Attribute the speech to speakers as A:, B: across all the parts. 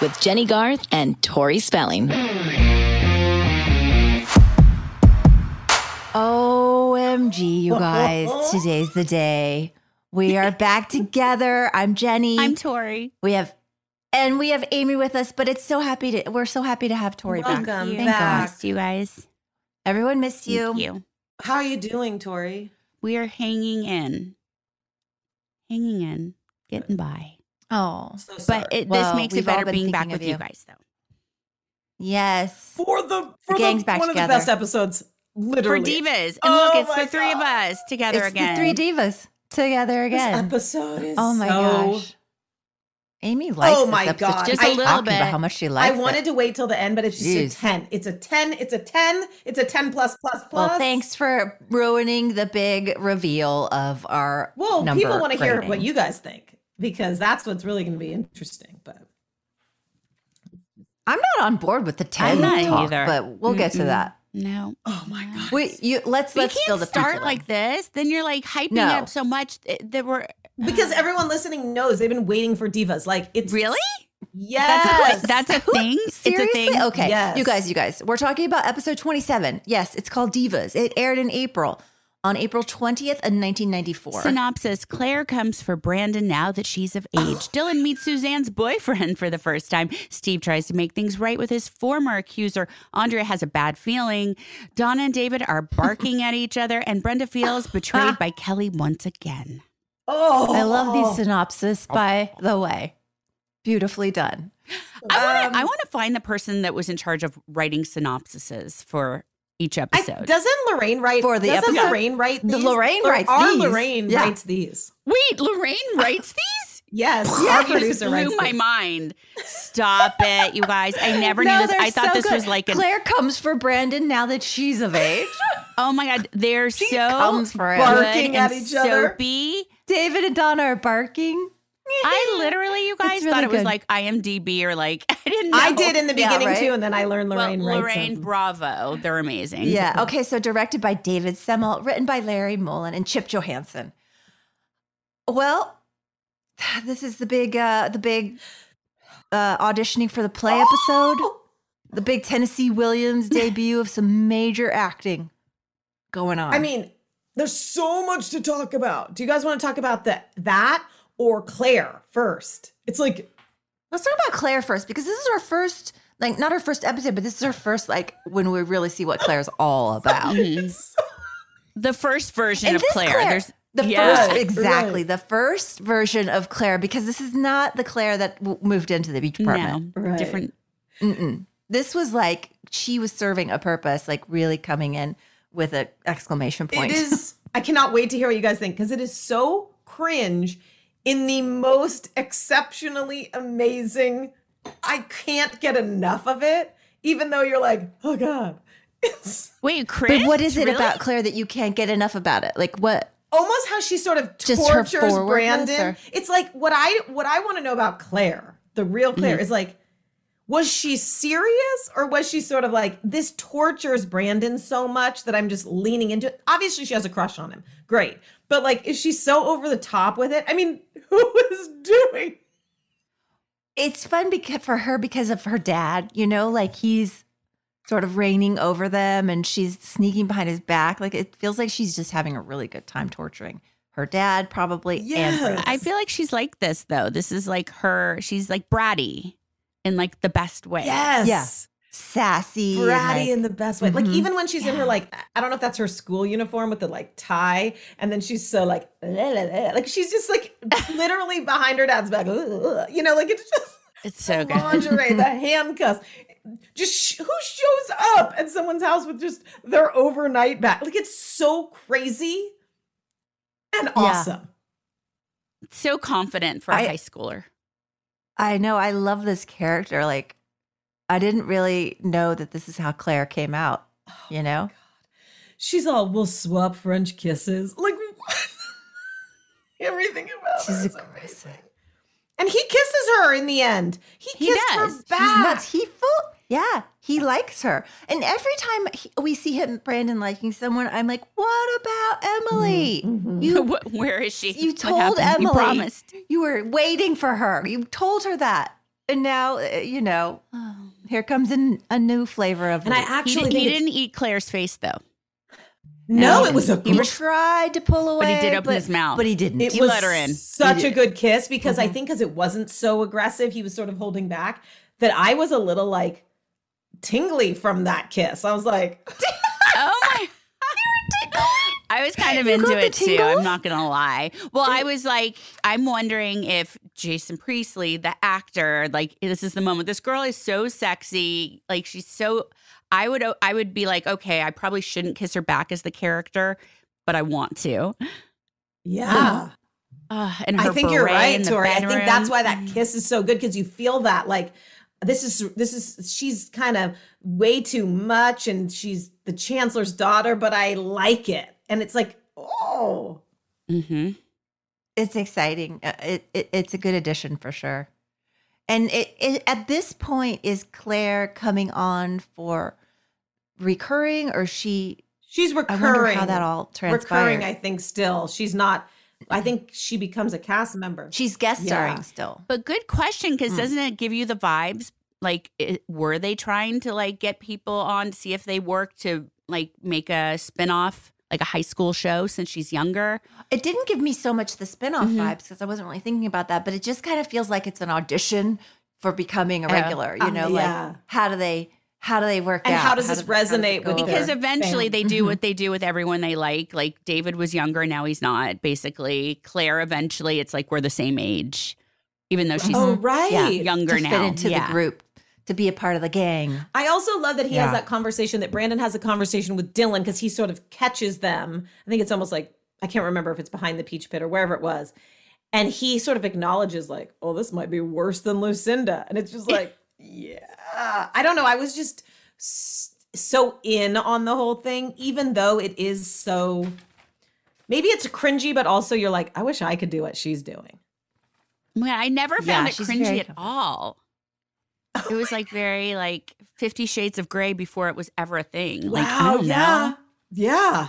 A: with Jenny Garth and Tori Spelling.
B: OMG, you guys. Today's the day. We are back together. I'm Jenny.
C: I'm Tori.
B: we have and we have Amy with us, but it's so happy to we're so happy to have Tori back.
D: Welcome
B: Thank
D: back.
B: God.
C: Missed you guys.
B: Everyone missed you.
C: Thank you.
D: How are you doing, Tori?
C: We are hanging in, hanging in, getting by.
B: Oh.
D: So sorry.
C: But it,
B: Well,
C: this makes
B: we've
C: it
B: all
C: better
B: been
C: being back
B: thinking of
C: with you.
B: you.
C: guys, though.
B: Yes.
D: for the for
B: The gang's
D: the,
B: back
D: one of
B: together.
D: the best episodes, literally
C: For divas, and
D: Oh
C: look, it's
D: my
C: the three of
D: God.
C: us together
B: It's
C: again.
B: the three divas together
D: This
B: again.
D: episode is
B: Oh my
D: so-
B: gosh. Amy likes
D: Oh
B: this
D: my
B: episode.
D: God.
B: She
D: Just
C: a
B: keeps
C: little
B: talking
C: bit.
B: about how much she
D: I
B: likes
D: wanted
B: it.
D: to wait till the end, but it's just
B: Jeez.
D: a ten. It's a ten. It's a ten. It's a ten plus plus plus.
B: Well, thanks for ruining the big reveal of our
D: Well,
B: number
D: people want to hear what
B: grading.
D: you guys think because that's what's really going to be interesting. But
B: I'm not on board with the TED
C: I'm not
B: talk,
C: either.
B: but we'll get to
C: Mm-mm.
B: that.
C: No,
D: oh my god,
B: Wait, you let's
C: we
B: let's fill
C: can't
B: the
C: start
B: people in.
C: like this. Then you're like hyping
B: No.
C: it up so much th- that we're
D: because everyone listening knows they've been waiting for divas. Like it's
C: really.
D: yes.
C: That's a thing. It's a
B: Seriously?
C: thing.
B: Okay.
D: Yes.
B: You guys, you guys, we're talking about episode 27. Yes, it's called Divas. It aired in April on April 20th in 1994.
C: Synopsis Claire comes for Brandon now that she's of age. Dylan meets Suzanne's boyfriend for the first time. Steve tries to make things right with his former accuser. Andrea has a bad feeling. Donna and David are barking at each other, and Brenda feels betrayed by Kelly once again.
D: oh,
B: I love these synopsis, by the way. Oh. Beautifully done.
C: I want
B: Um,
C: to I want to find the person that was in charge of writing synopsises for each
D: I,
C: episode.
D: doesn't Lorraine write
B: For the
D: doesn't
B: episode.
D: Lorraine write
B: The
D: these?
B: Lorraine
D: Or
B: writes
D: our
B: these.
D: Lorraine
B: Yeah.
D: writes these.
C: Wait, Lorraine writes these?
D: Yes, our
C: That just
D: producer writes
C: blew my
D: these.
C: mind. Stop it, you guys. I never
B: No,
C: knew this.
B: they're
C: I thought
B: so
C: this
B: good.
C: was like an
B: Claire comes for Brandon now that she's of age.
C: Oh my God, they're so
B: comes for it.
C: good
D: Barking
C: and
D: at each other.
C: Soapy.
B: David and Donna are barking.
C: I literally, you guys,
B: really
C: thought it was
B: good.
C: like IMDb or like I didn't. Know.
D: I did in the
B: Yeah,
D: beginning
B: right?
D: too, and then I learned
C: Well,
D: Lorraine. writes
C: Lorraine
D: them.
C: Bravo, they're amazing.
B: Yeah. Okay. So directed by David Semmel, written by Larry Mullen and Chip Johansson. Well, this is the big, uh, the big uh, auditioning for the play
D: Oh!
B: episode. The big Tennessee Williams debut of some major acting going on.
D: I mean, there's so much to talk about. Do you guys want to talk about the, that or Claire first? It's like,
B: let's talk about Claire first because this is our first, like, not our first episode, but this is our first, like, when we really see what Claire's all about.
D: Mm-hmm.
C: The first version
B: And
C: of
B: this
C: Claire. There's
B: the
C: yeah.
B: first exactly the first version of Claire because this is not the Claire that w- moved into the beach
C: no,
B: apartment.
D: Right.
C: different.
B: Mm-mm. This was like she was serving a purpose, like really coming in with an exclamation point.
D: it is, I cannot wait to hear what you guys think because it is so cringe in the most exceptionally amazing. I can't get enough of it, even though you're like, oh God. It's
C: Wait, Chris.
B: but what is it
C: Really?
B: about Claire that you can't get enough about it? Like what?
D: almost how she sort of
B: Just her
D: tortures
B: forwardness,
D: Brandon.
B: or-
D: It's like what I what I want to know about Claire, the real Claire,
B: Mm.
D: is like, was she serious or was she sort of like this tortures Brandon so much that I'm just leaning into it? Obviously, she has a crush on him. Great, but like, is she so over the top with it? I mean, who is doing?
B: It's fun because for her because of her dad. You know, like he's sort of reigning over them, and she's sneaking behind his back. Like it feels like she's just having a really good time torturing her dad, probably. and Brandon.
C: I feel like she's like this though. This is like her. She's like bratty in like the best way.
D: Yes.
B: sassy. and,
D: bratty
B: like-
D: in the best way. Like
B: Mhm.
D: even when she's in her like I don't know if that's her school uniform with the like tie, and then she's so like la, la, la. like she's just like literally behind her dad's back. You know, like it's just
C: It's so
D: the
C: good.
D: lingerie, the handcuffs. Just sh- who shows up at someone's house with just their overnight bag? Like it's so crazy and awesome.
C: So confident for a
B: I-
C: high schooler.
B: I know. I love this character. Like, I didn't really know that this is how Claire came out.
D: Oh
B: You know,
D: She's all we'll swap French kisses. Like what? Everything about her
B: she's
D: is
B: aggressive.
D: And he kisses her in the end. He,
C: He
D: kissed
C: does.
D: her
C: He's
D: back.
B: She's nuts. He full. Yeah, he likes her. And every time he, we see him, Brandon liking someone, I'm like, what about Emily?
D: Mm-hmm.
B: You
C: What- Where is she?
B: you
C: What
B: told Emily
C: happened? You promised.
B: you were waiting for her. You told her that, and now uh, you know. Here comes an, a new flavor of.
D: Oh. And I
B: Luke.
C: He,
D: actually
C: didn't,
D: think
C: he
D: it's-
C: didn't eat Claire's face though.
D: No, it was a
B: He tried to pull away,
C: he did open his mouth.
B: but he didn't.
D: it
C: he
D: was
C: let her in. Mm-hmm.
D: Such a good kiss because I think because it wasn't so aggressive, he was sort of holding back. That I was a little like tingly from that kiss. I was like,
C: Oh my. I was kind of into
B: got the
C: it too.
B: tingles?
C: I'm not going to lie. Well, I was like, I'm wondering if Jason Priestley, the actor, like this is the moment. This girl is so sexy. Like she's so. I would. I would be like, okay, I probably shouldn't kiss her back as the character, but I want to.
D: yeah.
C: Uh, and
D: I
C: her
D: think you're
C: beret
D: right,
C: in the
D: Tori. I think
C: bedroom. Mm-hmm.
D: that's why that kiss is so good because you feel that like this is this is she's kind of way too much and she's the chancellor's daughter, but I like it. And it's like, oh,
C: Mhm.
B: it's exciting. Uh, It, it it's a good addition for sure. And it, it at this point is Claire coming on for recurring or she
D: she's
B: I
D: recurring.
B: wonder how that all
D: recurring,
B: transpired.
D: I think, still. She's not, I think she becomes a cast member.
B: She's guest starring
D: Yeah.
B: still.
C: But good question, because
B: Hmm.
C: doesn't it give you the vibes? Like, it, were they trying to like get people on to see if they work to like make a spinoff, like a high school show, since she's younger?
B: It didn't give me so much the spin-off
D: Mm-hmm.
B: vibes because I wasn't really thinking about that, but it just kind of feels like it's an audition for becoming a regular, you know,
D: yeah.
B: like how do they how do they work
D: And
B: out?
D: how does this
B: it- does it
D: resonate
B: go
D: with
B: over?
D: their-
C: Because eventually
D: Fam.
C: they
B: Mm-hmm.
C: do what they do with everyone they like. Like David was younger, now he's not. Basically, Claire. Eventually, it's like we're the same age, even though she's
D: oh, right.
C: younger
B: to
C: now.
B: fit into
C: Yeah.
B: the group, to be a part of the gang.
D: I also love that he has
B: Yeah.
D: that conversation that Brandon has a conversation with Dylan because he sort of catches them. I think it's almost like, I can't remember if it's behind the peach pit or wherever it was. And he sort of acknowledges, like, oh, this might be worse than Lucinda. And it's just like, yeah. I don't know. I was just s- so in on the whole thing, even though it is so. Maybe it's cringy, but also you're like, I wish I could do what she's doing.
C: Man, I never
D: Yeah,
C: found it
B: she's
C: cringy
B: very
C: at all. It was like very like Fifty Shades of Grey before it was ever a thing. Like I don't know.
D: yeah.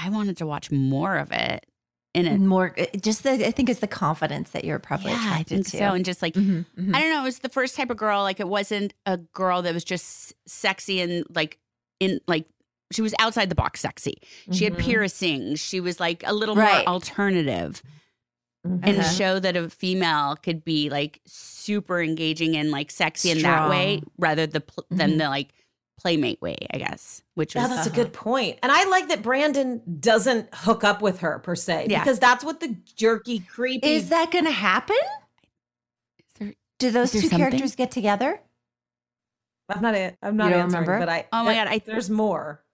C: I wanted to watch more of it. In it,
B: More, it- just the, I think it's the confidence that you're probably
C: yeah, I
B: attracted
C: think
B: to.
C: so. And just like
B: Mhm, mhm.
C: I don't know. It was the first type of girl. Like it wasn't a girl that was just sexy and like in like she was outside the box sexy. She had
D: Mhm.
C: piercings. She was like a little
B: Right.
C: more alternative
D: Mhm.
C: and
B: Uh-huh.
C: show that a female could be like super engaging and like sexy in that way
B: Strong.
C: rather the pl- than
B: Mhm.
C: the like playmate way, I guess. Which
D: Yeah,
C: was
D: that's a good point. And I like that Brandon doesn't hook up with her per se
C: Yeah.
D: because that's what the jerky, creepy.
B: Is that going to happen?
C: there-
B: Do those
C: there
B: two
C: something?
B: characters get together?
D: I'm not. a- I'm not
B: You don't
D: answering.
B: remember?
D: But I.
C: Oh my God, I-
D: there's more.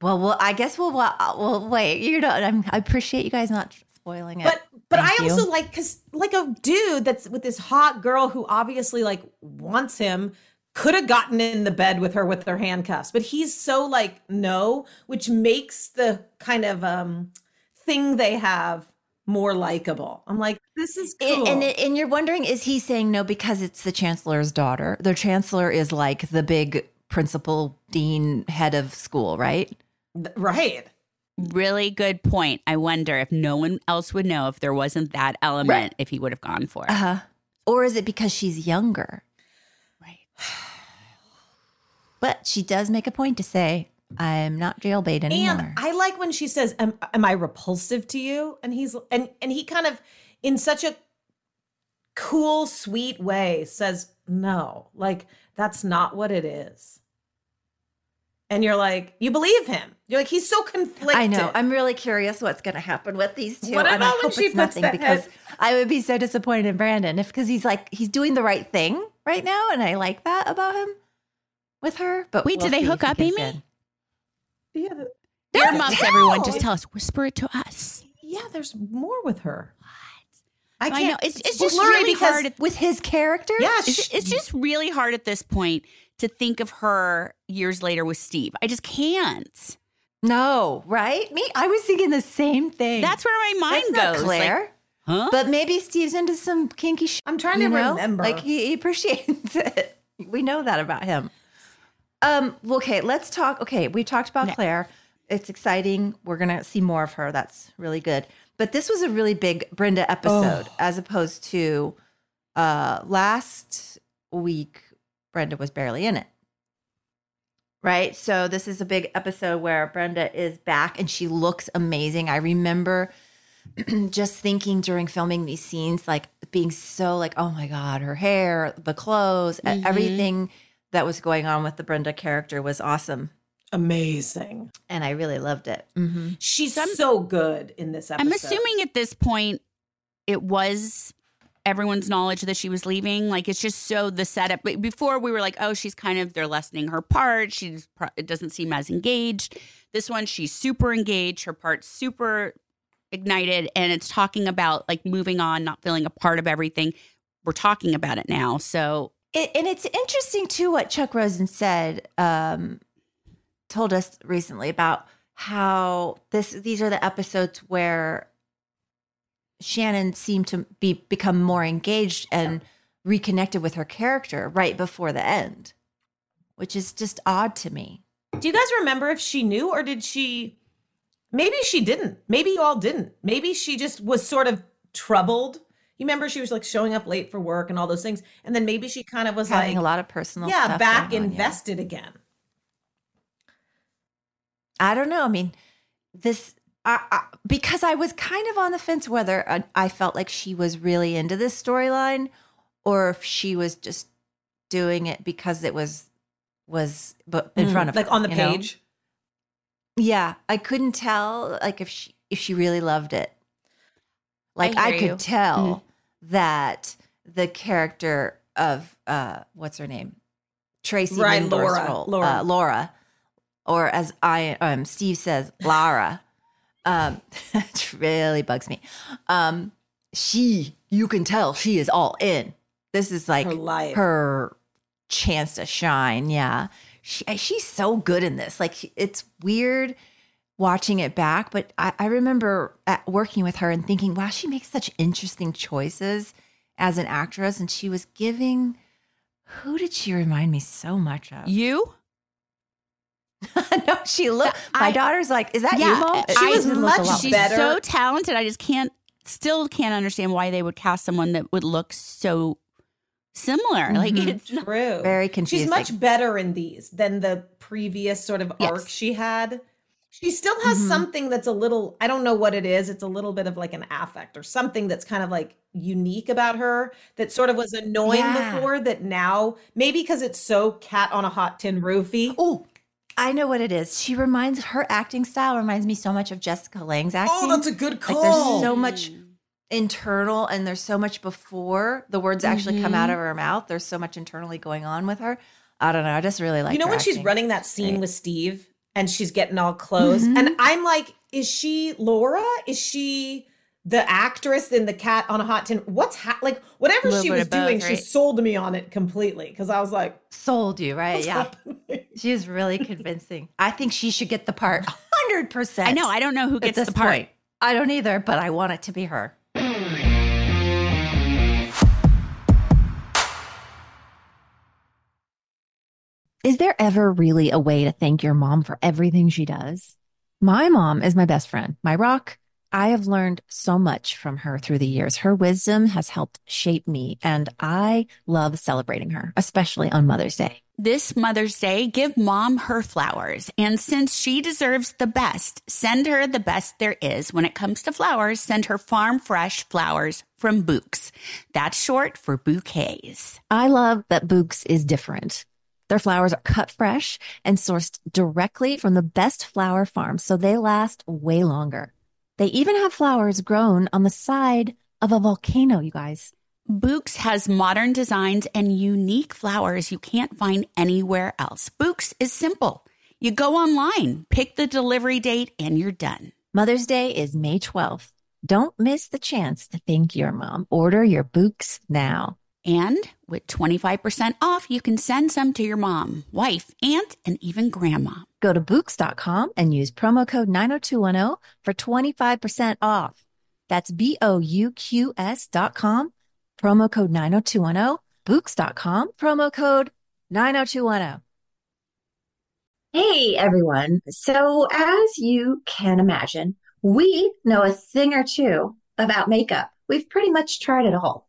B: Well, well, I guess we'll well, we'll wait. You know, I'm, I appreciate you guys not spoiling it.
D: But but
B: Thank
D: I
B: you.
D: also like because like a dude that's with this hot girl who obviously like wants him could have gotten in the bed with her with their handcuffs, but he's so like no, which makes the kind of um thing they have more likable. I'm like this is
B: It-
D: cool.
B: and it- and you're wondering is he saying no because it's the chancellor's daughter? The chancellor is like the big principal, dean, head of school, right?
D: Th- right.
C: really good point. I wonder if no one else would know if there wasn't that element if he would have gone for it.
B: Uh
D: Uh-huh.
B: huh. Or is it because she's younger?
C: right.
B: But she does make a point to say, "I'm not jailbait anymore."
D: And I like when she says, am, am I repulsive to you? And he's and and he kind of in such a cool, sweet way says, No, like that's not what it is. And you're like, you believe him. You're like, he's so conflicted.
B: I know. I'm really curious what's going to happen with these two.
D: What
B: and I
D: about when
B: hope
D: she
B: it's
D: puts
B: nothing
D: the
B: because
D: head-
B: I would be so disappointed in Brandon if because he's like he's doing the right thing right now, and I like that about him with her. But
C: Wait, do
B: we'll
C: they
B: see
C: hook
B: if he
C: up,
B: gives
C: Amy?
B: in.
D: yeah, th-
C: Earmuffs, everyone.
D: tell.
C: Just tell us. Whisper it to us.
D: yeah, there's more with her.
C: I,
D: I can't.
C: know. It's, it's just
D: blurry
C: really
D: because-
C: hard. At,
B: With his character,
D: Yeah,
C: it's,
D: sh-
C: it's just really hard at this point to think of her years later with Steve. I just can't.
B: No, right? Me, I was thinking the same thing.
C: That's where my mind
B: That's not
C: goes. Like,
B: Claire.
C: huh?
B: But maybe Steve's into some kinky shit.
D: I'm trying to remember.
B: Like he, he appreciates it. We know that about him. Um, well, okay, let's talk. Okay, we talked about Claire. It's exciting. We're gonna see more of her. That's really good. But this was a really big Brenda episode as opposed to uh last week, Brenda was barely in it. Right? So this is a big episode where Brenda is back and she looks amazing. I remember just thinking during filming these scenes, like being so like, oh my God, her hair, the clothes, e-
C: Mhm.
B: everything that was going on with the Brenda character was awesome. Mm-hmm.
D: Amazing.
B: And I really loved it.
D: She's so good in this episode.
C: I'm assuming at this point it was everyone's knowledge that she was leaving. Like it's just so the setup. But before we were like, oh, she's kind of they're lessening her part. She's pro- it doesn't seem as engaged. This one, she's super engaged. Her part's super ignited, and it's talking about like moving on, not feeling a part of everything. We're talking about it now, so
B: It, and it's interesting too what Chuck Rosen said, um, told us recently about how this these are the episodes where Shannon seemed to be become more engaged and reconnected with her character right before the end, which is just odd to me.
D: Do you guys remember if she knew or did she? Maybe she didn't. Maybe you all didn't. Maybe she just was sort of troubled. You remember she was like showing up late for work and all those things. And then maybe she kind of was
B: having
D: like,
B: a lot of personal
D: yeah,
B: stuff
D: back
B: going on, yeah.
D: invested again.
B: i don't know i mean this I, I, because i was kind of on the fence whether I, I felt like she was really into this storyline or if she was just doing it because it was was but in front of
D: Mm, like
B: her,
D: on the
B: you know?
D: page.
B: yeah i couldn't tell like if she if she really loved it like
C: I
B: i,
C: hear
B: could
C: you.
B: tell
D: Mm-hmm.
B: that the character of uh what's her name tracy
D: Right,
B: Lindor's
D: Laura,
B: role,
D: Laura.
B: uh, laura or as i um steve says lara um it really bugs me um she you can tell she is all in this is like
D: Her life.
B: her chance to shine yeah she, she's so good in this like it's weird
E: watching it back, but I, I remember at working with her and thinking, wow, she makes such interesting choices as an actress. And she was giving, who did she remind me so much of?
C: You?
E: no, she looked, my daughter's like, is that you, Mom?
D: She was
E: Uh, did look a
D: much-
E: lot
D: she-
C: She's
D: better.
C: so talented. I just can't, still can't understand why they would cast someone that would look so similar. Like
E: Mhm.
C: it's not,
D: True.
E: Very
D: She's
E: confusing.
D: much better in these than the previous sort of
C: Yes.
D: arc she had. She still has
E: Mhm.
D: something that's a little, I don't know what it is. It's a little bit of like an affect or something that's kind of like unique about her that sort of was annoying
E: Yeah.
D: before that now, maybe because it's so cat on a hot tin roofie.
E: Oh, I know what it is. She reminds her acting style reminds me so much of Jessica Lang's
B: Oh,
E: acting.
D: a good
E: like there's so much internal and there's so much before the words actually come
D: Mm-hmm.
E: out of her mouth. There's so much internally going on with her. I don't know. I just really like
D: you know
E: her
D: when she's
E: acting.
D: running that scene
E: Right.
D: with Steve and she's getting all close, and I'm like, is she Laura? Is she the actress in the cat on a hot tin? What's ha- like whatever
C: Little
D: she
C: bit
D: was
C: of both,
D: doing, she
C: right?
D: sold me on it completely because I was like,
E: sold you, right?
D: what's
E: Yeah.
D: happening?
E: She is really convincing. I think she should get the part 100%.
C: I know. I don't know who
E: at
C: gets
E: this
C: the part.
E: point. I don't either, but I want it to be her.
B: Is there ever really a way to thank your mom for everything she does? My mom is my best friend, my rock. I have learned so much from her through the years. Her wisdom has helped shape me, and I love celebrating her, especially on Mother's Day.
C: This Mother's Day, give mom her flowers. And since she deserves the best, send her the best there is. When it comes to flowers, send her farm fresh flowers from Books. That's short for bouquets.
B: I love that Books is different. Their flowers are cut fresh and sourced directly from the best flower farms, so they last way longer. They even have flowers grown on the side of a volcano, you guys.
C: Books has modern designs and unique flowers you can't find anywhere else. Books is simple. You go online, pick the delivery date, and you're done.
B: Mother's Day is May 12th. Don't miss the chance to thank your mom. Order your books now.
C: And with 25% off, you can send some to your mom, wife, aunt, and even grandma.
B: Go to Books.com and use promo code 90210 for 25% off. That's B O U Q S.com, promo code 90210, Books.com, promo code 90210.
F: Hey everyone. So,
C: Um,
F: as you can imagine, we know a thing or two about makeup. We've pretty much tried it all.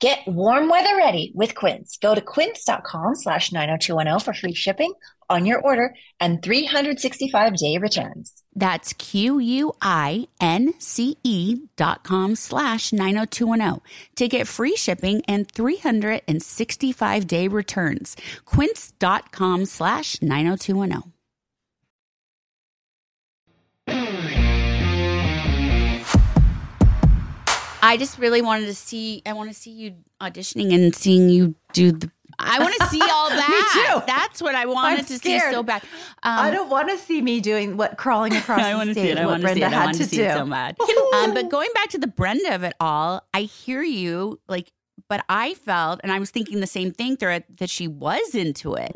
G: Get warm weather ready with Quince. Go to quince.com slash 90210 for free shipping on your order and 365 day returns.
C: That's Q-U-I-N-C-E E dot com slash 90210 to get free shipping and 365 day returns. Quince.com slash 90210. I just really wanted to see. I want to see you auditioning and seeing you do the. I want to see all that.
B: Me too.
C: That's what I wanted
B: I'm
C: to see
B: scared.
C: so bad. Um,
B: I don't want to see me doing what crawling across
C: I
B: the
C: want to
B: stage.
C: see it. I
B: what
C: want to see
B: Brenda
C: it. I
B: had
C: want to
B: to
C: see
B: do.
C: it so bad. Um, but going back to the Brenda of it all, I hear you. Like, but I felt, and I was thinking the same thing throughout that she was into it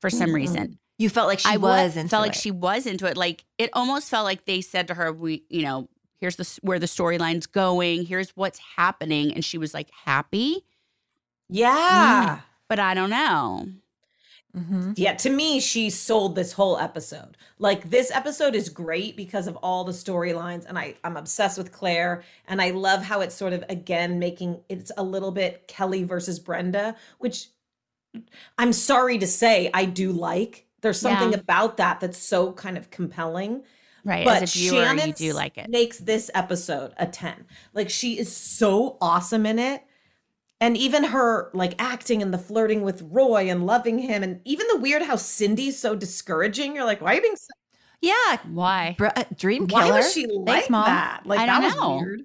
C: for some
B: Mhm.
C: reason.
B: You felt like she
C: I wa-
B: was into
C: felt
B: it.
C: like she Mm-hmm. was into it. Like it almost felt like they said to her, "We, you know, here's the s- where the storyline's going. Here's what's happening," and she was like happy.
D: Yeah.
C: But I don't know.
B: Mm-hmm.
D: Yeah, to me, she sold this whole episode. Like this episode is great because of all the storylines, and I I'm obsessed with Claire, and I love how it's sort of again making it's a little bit Kelly versus Brenda, which I'm sorry to say I do like. There's something
C: Yeah.
D: about that that's so kind of compelling.
C: Right.
D: But
C: as a viewer, you
D: Shannon
C: do like it.
D: makes this episode a 10. Like she is so awesome in it. And even her like acting and the flirting with Roy and loving him and even the weird how Cindy's so discouraging. You're like, why are you being so
B: Yeah,
C: Why?
B: br- uh, dream
D: why
B: killer.
D: was she
B: Thanks,
D: like
B: Mom.
D: that? Like
C: I
D: that
C: don't
D: was
C: know.
D: weird.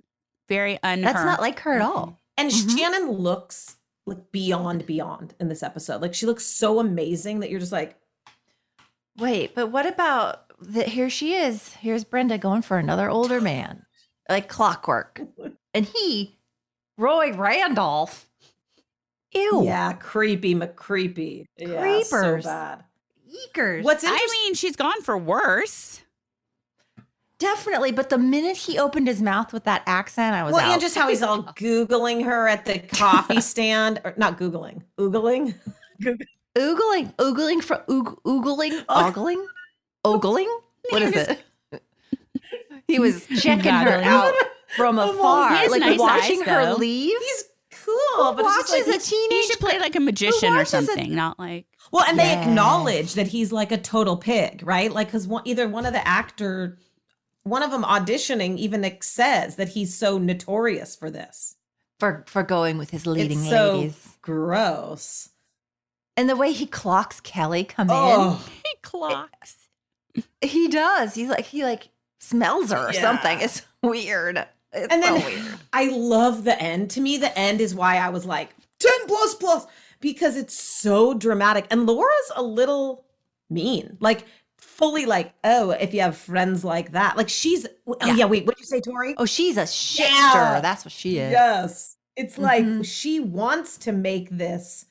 C: Very unher.
B: That's not like her at all.
D: And
C: Mm-hmm.
D: Shannon looks like beyond beyond in this episode. Like she looks so amazing that you're just like,
B: Wait, but what about that? Here she is. Here's Brenda going for another older man, like clockwork. And he, Roy Randolph. Ew.
D: yeah, creepy McCreepy. Yeah, so
B: Creepers.
D: bad.
B: Eekers.
D: What's interesting?
C: I mean, she's gone for worse.
B: Definitely, but the minute he opened his mouth with that accent, I was
D: Well,
B: out.
D: and just how he's all googling her at the coffee stand, or not googling, oogling.
B: oogling, oogling for oog, oogling, ogling, ogling. What is it? he was checking her
C: Goggling.
B: out from afar,
C: He has
B: like
C: nice
B: watching
C: eyes,
B: her
C: though.
B: leave.
D: He's cool, but it's just
B: watches
D: like-
B: a teenage.
C: He should play
B: girl-
C: like a magician or
B: watches it?
C: something, not like
D: well, and
B: Yes.
D: they acknowledge that he's like a total pig, right? Like, because one, either one of the actor, one of them auditioning, even like, says that he's so notorious for this.
B: for for going with his leading
D: it's so
B: ladies,
D: gross.
B: and the way he clocks Kelly come
D: Oh,
C: he clocks.
B: in, he does. He's like he like smells her or
D: Yeah.
B: something. It's weird. It's
D: and
B: so
D: then
B: weird.
D: I love the end. To me, the end is why I was like ten plus plus because it's so dramatic. And Laura's a little mean, like fully like, oh, if you have friends like that, like she's. Oh yeah, wait, what'd you say, Tori?
B: Oh, she's a shitster.
D: Yeah.
B: That's what she is.
D: Yes. It's like
C: Mm-hmm.
B: Mhm.
D: she wants to make this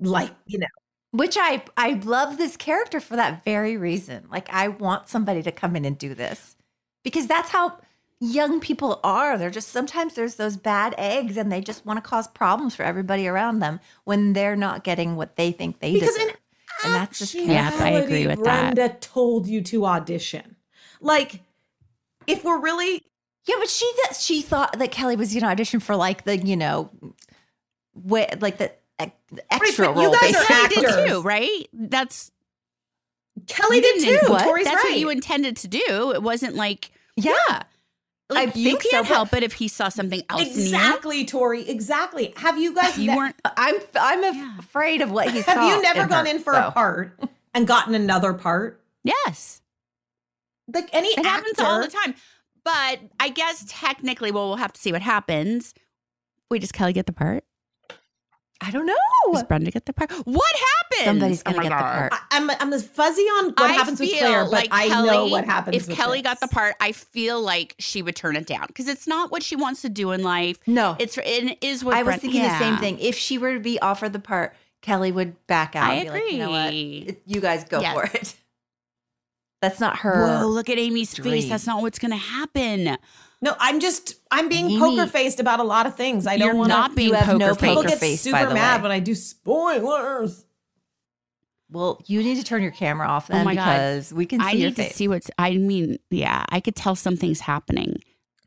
D: like, you know,
B: Which I I love this character for that very reason. Like I want somebody to come in and do this because that's how young people are. They're just sometimes there's those bad eggs and they just want to cause problems for everybody around them when they're not getting what they think they
D: Because in
B: deserve. and that's just
D: actuality,
C: Yeah, I agree with that.
D: Brenda told you to audition. Like, if we're really
B: yeah, but she th- she thought that Kelly was going to audition for like the you know, wi- like the ex- extra
D: but you
B: role.
D: guys are
B: basically.
C: He did
D: actors.
C: too, right? That's
D: Kelly
C: you
D: did
C: didn't-
D: too.
C: What?
D: Tori's
C: That's
D: right.
C: what you intended to do. It wasn't like
B: yeah.
C: like
B: I
C: you
B: think so,
C: can't
B: but-
C: help it if he saw something else
D: exactly, Tori. Exactly. Have you guys
C: in you.
D: ne-
C: You weren't.
B: I'm I'm af-
C: Yeah.
B: afraid of what he saw.
D: have you never gone
B: her,
D: in for a
B: though.
D: part and gotten another part?
C: Yes,
D: Like any
C: it happens
D: actor,
C: all the time. But I guess technically, well, we'll have to see what happens. Wait, does Kelly get the part?
B: I don't
C: Does
B: know.
C: Brenda get the part? What happened?
B: Somebody's
D: Oh
B: gonna get the part.
D: I, I'm I'm as fuzzy on what
C: I
D: happens with
C: feel
D: Claire, but
C: like
D: I know
C: Kelly-
D: what happens.
C: If
D: with
C: Kelly got the
D: this.
C: part, I feel like she would turn it down because it's not what she wants to do in life.
B: No,
C: It's it is what
B: Oh. I was
C: Brent-
B: thinking the same
C: Yeah.
B: thing. If she were to be offered the part, Kelly would back out.
C: I
B: and be Like, you know what?
C: agree.
B: It- You guys go
C: Yes.
B: for it. That's not her.
C: Whoa, look at Amy's face.
B: dream.
C: That's not what's going to happen.
D: No, I'm just I'm being
B: Amy-
D: poker faced about a lot of things. I
C: You're
D: don't want
C: not being
B: have
C: poker
B: no
C: face.
D: people
B: poker
D: get
B: face, by
D: super
B: the
D: mad
B: way.
D: when I do spoilers.
B: Well, you need to turn your camera off then because we can see
C: Oh I
B: your
C: need
B: face.
C: to see what's. I mean, yeah, I could tell something's happening.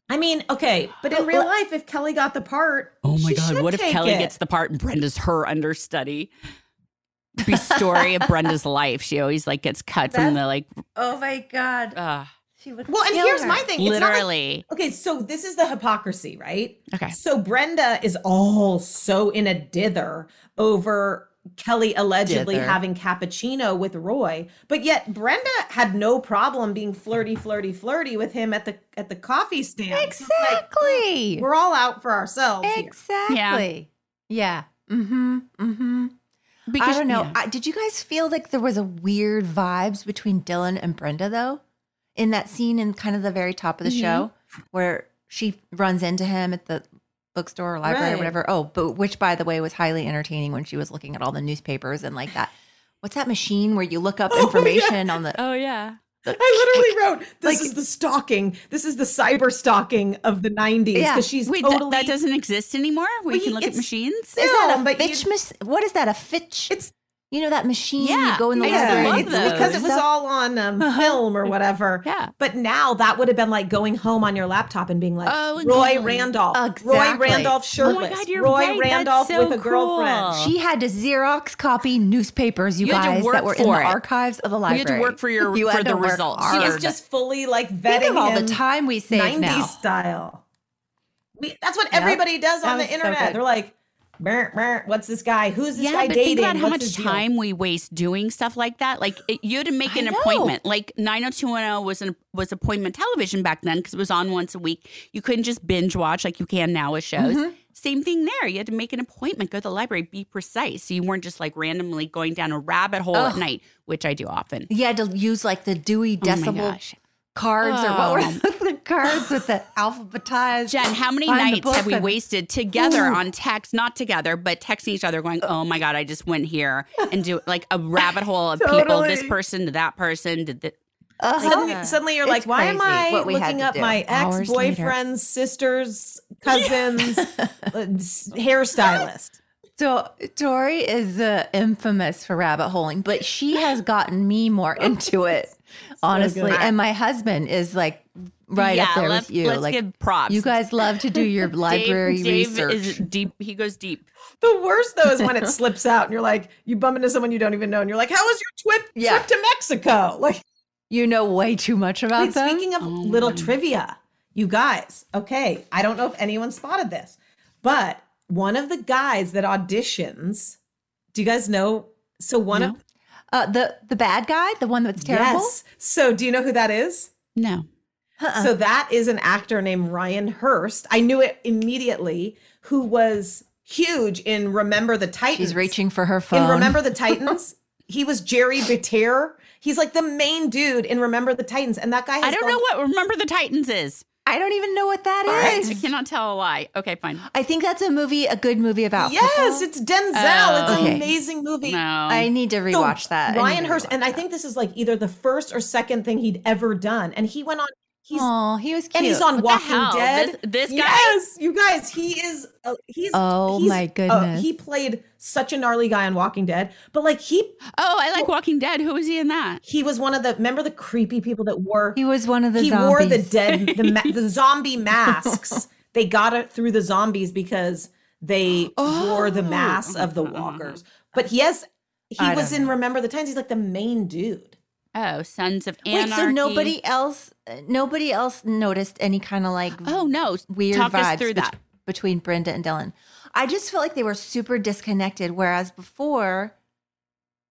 D: I mean, okay, but in real life, if Kelly got the part,
C: Oh my
D: she
C: god,
D: should
C: what if
D: take
C: Kelly
D: it.
C: gets the part and Brenda's her understudy? It'd Be story of Brenda's life. She always like gets cut from the like. uh,
B: Oh my god. She would
D: Well, and
B: kill
D: here's
B: her.
D: my thing. It's not like-
C: Literally.
D: okay, so this is the hypocrisy, right?
C: Okay.
D: So Brenda is all so in a dither over Kelly allegedly
B: Dither.
D: having cappuccino with Roy, but yet Brenda had no problem being flirty, flirty, flirty with him at the at the coffee stand. So it's like,
B: Exactly.
D: we're all out for ourselves. here.
B: Exactly. Yeah. Mm-hmm. Mm-hmm. I
C: Because-
B: don't know.
C: yeah.
B: I, did you guys feel like there was a weird vibes between Dylan and Brenda though? In that scene in kind of the very top of the show
D: Mm-hmm.
B: where she runs into him at the bookstore or library
D: Right.
B: or whatever. Oh, but which by the way was highly entertaining when she was looking at all the newspapers and like that. What's that machine where you look up information on the
C: Oh yeah.
D: Oh, I literally wrote this
B: Like-
D: is the stalking. This is the cyber stalking of the 90s because
B: Yeah.
D: she's
C: Wait, that-
D: totally
C: that doesn't exist anymore. We
D: Wait,
C: can look at
D: it's-
C: machines.
B: Is that a
D: No, but you-
B: fitch? mas- what is that? A fitch?
D: It's-
B: you know that machine
C: Yeah.
B: you go in the
C: I used to
B: library. and
C: love Uh-huh.
D: it's
B: you look
D: because
B: at
D: it was
B: stuff.
D: all on um, film or whatever.
C: Yeah.
D: But now that would have been like going home on your laptop and being like,
C: Oh, and
D: Roy
C: Googling.
D: Randolph, Roy
B: Exactly.
D: Randolph
C: Oh my
D: shirtless,
C: God, you're
D: Roy
C: right. That's
D: Randolph
C: so
D: with a girlfriend.
C: cool.
B: She had to Xerox copy newspapers, you,
C: You had to
B: guys,
C: work
B: that were in the
C: for it.
B: archives of the
C: had to
B: library.
C: work for your-
B: You had
C: for
B: to
C: the
B: work
C: results.
D: She
B: hard.
D: was just fully like vetting
B: Think of all
D: him
B: the time we save
D: 90s
B: now.
D: style. We, that's what everybody does
B: That
D: on
B: was
D: the
B: so
D: internet.
B: good.
D: They're like, "Brr, brr, what's this guy? Who's this
C: yeah,
D: guy
C: but
D: dating?
C: think about how
D: What's
C: much
D: his deal?"
C: time we waste doing stuff like that. Like it, you had to make
B: I
C: an
B: know.
C: appointment. Like 90210 was an was appointment television back then because it was on once a week. You couldn't just binge watch like you can now with shows.
B: Mm-hmm.
C: Same thing there. You had to make an appointment, go to the library, be precise. So you weren't just like randomly going down a rabbit hole at
B: Ugh.
C: night, which I do often.
B: You had to use like the Dewey
C: Oh my
B: Decimal
C: gosh.
B: cards or what
C: Oh.
B: were the cards with the alphabetized.
C: Jen, how many
B: Find the
C: nights
B: book
C: have we
B: and-
C: wasted together
B: Ooh.
C: on text, not together, but texting each other, going, "Oh my god, I just went here and do like a rabbit hole of people, this
D: Totally.
C: person to that person to the
B: Uh-huh.
D: Suddenly, suddenly you're like,
B: It's
D: why am
B: crazy
D: I
B: what we had
D: looking
B: to
D: up
B: do.
D: my
C: Hours
D: ex boyfriend's sister's cousin's uh, s- hairstylist?
B: So Tori is uh, infamous for rabbit holing, but she has gotten me more into it, honestly.
D: good.
B: and my husband is like right
C: yeah,
B: up there
C: let's,
B: with you.
C: Let's
B: like
C: give props.
B: you guys love to do your
C: Dave-
B: library
C: Dave
B: research.
C: is deep. He goes deep.
D: The worst though is when it slips out and you're like, you bump into someone you don't even know, and you're like, how was your twip,
B: Yeah.
D: trip to Mexico? Like,
B: you know way too much about
D: wait,
B: them.
D: speaking of little trivia, you guys, okay, I don't know if anyone spotted this, but one of the guys that auditions, do you guys know? So one of
B: uh, the the bad guy, the one that's terrible.
D: yes. So do you know who that is?
C: No,
D: So that is an actor named Ryan Hurst. I knew it immediately, who was huge in Remember the Titans.
B: She's reaching for her phone.
D: in Remember the Titans. he was Jerry Beteer. He's like the main dude in Remember the Titans. And that guy has
C: I don't
D: gone-
C: know what. Remember the Titans is.
B: I don't even know what that is.
C: I cannot tell a lie. Okay, fine.
B: I think that's a movie, a good movie about.
D: Yes,
B: football.
D: it's Denzel. it's an
B: Oh, Okay.
D: amazing movie.
C: No,
B: I need to
D: So
B: rewatch that. I need
D: Ryan
B: to
D: Hurst, and I think this is like either the first or second thing he'd ever done. And he went on. He's
B: Oh, he was cute.
D: and he's on
C: What the
D: Walking
C: hell?
D: Dead.
C: This- this guy?
D: yes, you guys, he is. Uh, he's
B: Oh
D: he's,
B: my
D: uh,
B: goodness.
D: he played such a gnarly guy on Walking Dead, but like he
C: Oh, I like Walking Dead. Who is he in that?
D: he was one of the remember the creepy people that wore
B: He was one of the
D: he wore the
B: zombies.
D: dead the ma- the zombie masks. they got it through the zombies because they wore
C: Oh,
D: the masks of
C: uh-huh.
D: the walkers. But yes, he
B: I
D: was
B: don't
D: in Remember the Times. He's like the main dude.
C: Oh, Sons of
B: Wait,
C: Anarchy.
B: so nobody else, uh, nobody else noticed any kind of like
C: Oh no,
B: weird
C: Talk
B: vibes
C: us through
B: bet-
C: that.
B: between Brenda and Dylan. I just felt like they were super disconnected, whereas before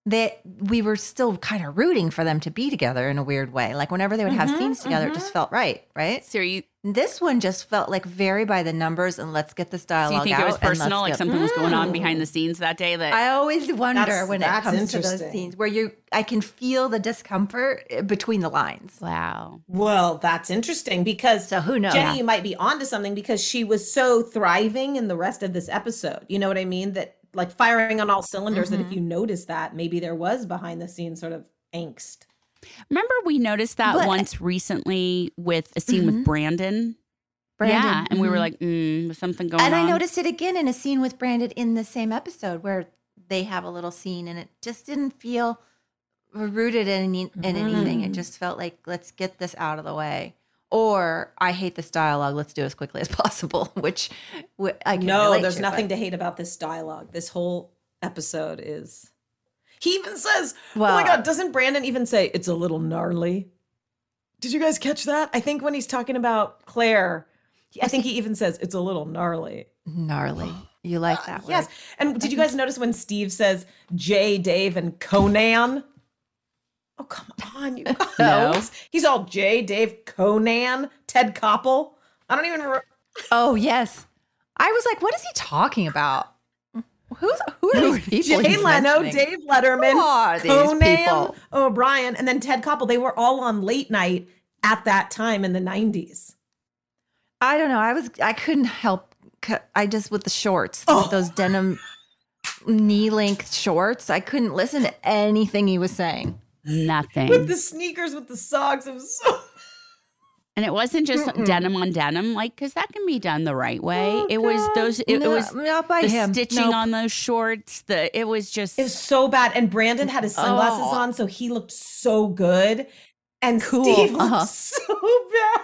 B: that we were still kind of rooting for them to be together in a weird way. Like whenever they would have
C: Mm-hmm,
B: scenes together, it just felt right, right?
C: So you,
B: This one just felt like very by the numbers and let's get this
C: so
B: dialogue
C: you think
B: out.
C: it was
B: and let's
C: personal? Like
B: get- Mm. Mm-hmm.
C: something was going on behind the scenes that day? That
B: I always wonder
D: That's-
B: when it
D: that's
B: comes to those
D: interesting.
B: scenes where you, I can feel the discomfort eh, between the lines.
C: wow.
D: Well, that's interesting because
B: So who knows?
D: Jenny might be onto something because she was so thriving in the rest of this episode. You know what I mean? That like firing on all cylinders.
B: Mm-hmm.
D: That if you notice that, maybe there was behind the scenes sort of angst.
C: Remember, we noticed that
B: But- Mm-hmm.
C: once recently with a scene with Brandon.
B: Brandon,
C: Yeah, and we were
B: mhm.
C: like, mm, was something going
B: and
C: on.
B: I noticed it again in a scene with Brandon in the same episode where they have a little scene, and it just didn't feel rooted in any, in anything. It
H: Mm.
B: just felt like let's get this out of the way. Or I hate this dialogue. Let's do it as quickly as possible. Which wh- I can
D: no,
B: relate
D: there's
B: to,
D: nothing
B: but-
D: to hate about this dialogue. This whole episode is. He even says, "Oh
B: Well-
D: my God!" Doesn't Brandon even say it's a little gnarly? Did you guys catch that? I think when he's talking about Claire, I think he even says it's a little gnarly.
B: gnarly. You like that?
D: Yes.
B: word.
D: And did you guys notice when Steve says Jay, Dave, and Conan? Oh, come on, you guys.
B: No.
D: He's all Jay, Dave, Conan, Ted Koppel. I don't even remember.
B: Oh yes, I was like, what is he talking about? Who's who are these people?
D: Jay
B: he's
D: Leno,
B: mentioning?
D: Dave Letterman,
B: Who are these
D: Conan
B: people?
D: O'Brien, and then Ted Koppel. They were all on late night at that time in the 90s.
B: I don't know. I was I couldn't help. c- I just with the shorts, those denim knee length shorts. I couldn't listen to anything he was saying.
D: With
C: Nothing.
D: the sneakers, with the socks. It was so
C: And it wasn't just
D: Mm-mm.
C: denim on denim, like, because that can be done the right way. it was those, it,
B: No,
C: it was
B: not by
C: the
B: him.
C: stitching
B: Nope.
C: on those shorts. The It was just.
D: It was so bad. And Brandon had his sunglasses
C: Oh.
D: on, so he looked so good. And
B: Cool.
D: Steve looked
B: Uh-huh.
D: so bad.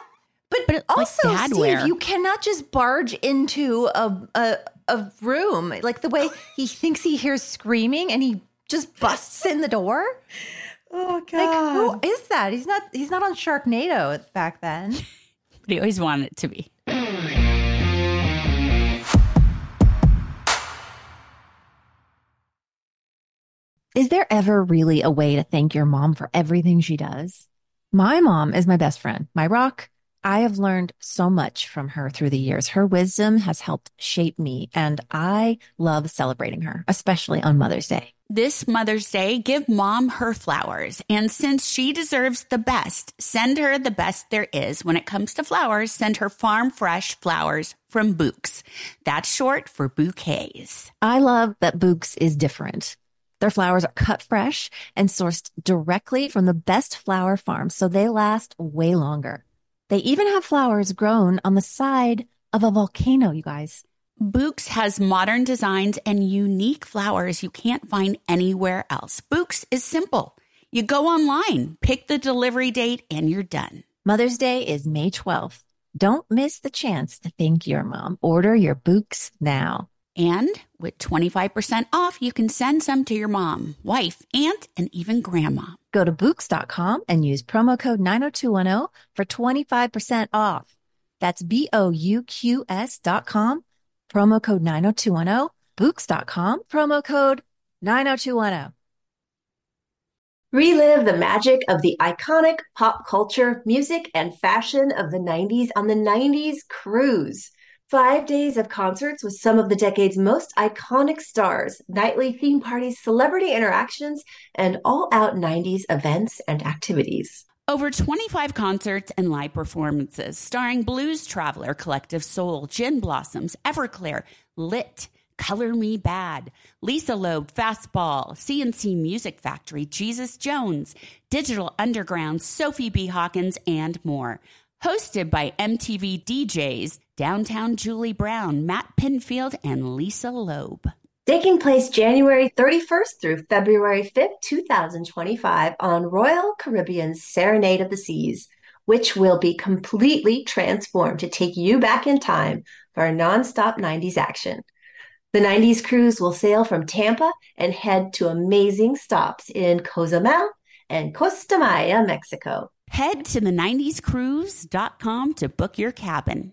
C: But,
B: Also,
C: like
B: Steve,
C: dadwear.
B: you cannot just barge into a, a a room like the way he thinks he hears screaming and he just busts in the door.
D: Oh
B: Like who is that? He's not. He's not on Sharknado back then.
C: But he always wanted it to be.
H: Is there ever really a way to thank your mom for everything she does? My mom is my best friend, my rock. I have learned so much from her through the years. Her wisdom has helped shape me, and I love celebrating her, especially on Mother's Day.
C: This Mother's Day, give mom her flowers. And since she deserves the best, send her the best there is. When it comes to flowers, send her farm fresh flowers from Books. That's short for bouquets.
H: I love that Books is different. Their flowers are cut fresh and sourced directly from the best flower farms, so they last way longer. They even have flowers grown on the side of a volcano, you guys.
C: Books has modern designs and unique flowers you can't find anywhere else. Books is simple. You go online, pick the delivery date, and you're done.
H: Mother's Day is May 12th. Don't miss the chance to thank your mom. Order your Books now.
C: And with 25% off, you can send some to your mom, wife, aunt, and even grandma.
H: Go to Books.com and use promo code 90210 for 25% off. That's B O U Q S.com, promo code 90210, Books.com, promo code 90210.
F: Relive the magic of the iconic pop culture, music, and fashion of the 90s on the 90s Cruise. Five days of concerts with some of the decade's most iconic stars, nightly theme parties, celebrity interactions, and all out 90s events and activities.
C: Over 25 concerts and live performances starring Blues Traveler, Collective Soul, Gin Blossoms, Everclear, Lit, Color Me Bad, Lisa Loeb, Fastball, CNC Music Factory, Jesus Jones, Digital Underground, Sophie B. Hawkins, and more. Hosted by MTV DJs, Downtown Julie Brown, Matt Pinfield, and Lisa Loeb.
F: Taking place January 31st through February 5th, 2025, on Royal Caribbean's Serenade of the Seas, which will be completely transformed to take you back in time for a nonstop 90s action. The 90s cruise will sail from Tampa and head to amazing stops in Cozumel and Costa Maya, Mexico.
C: Head to the 90scruise.com to book your cabin.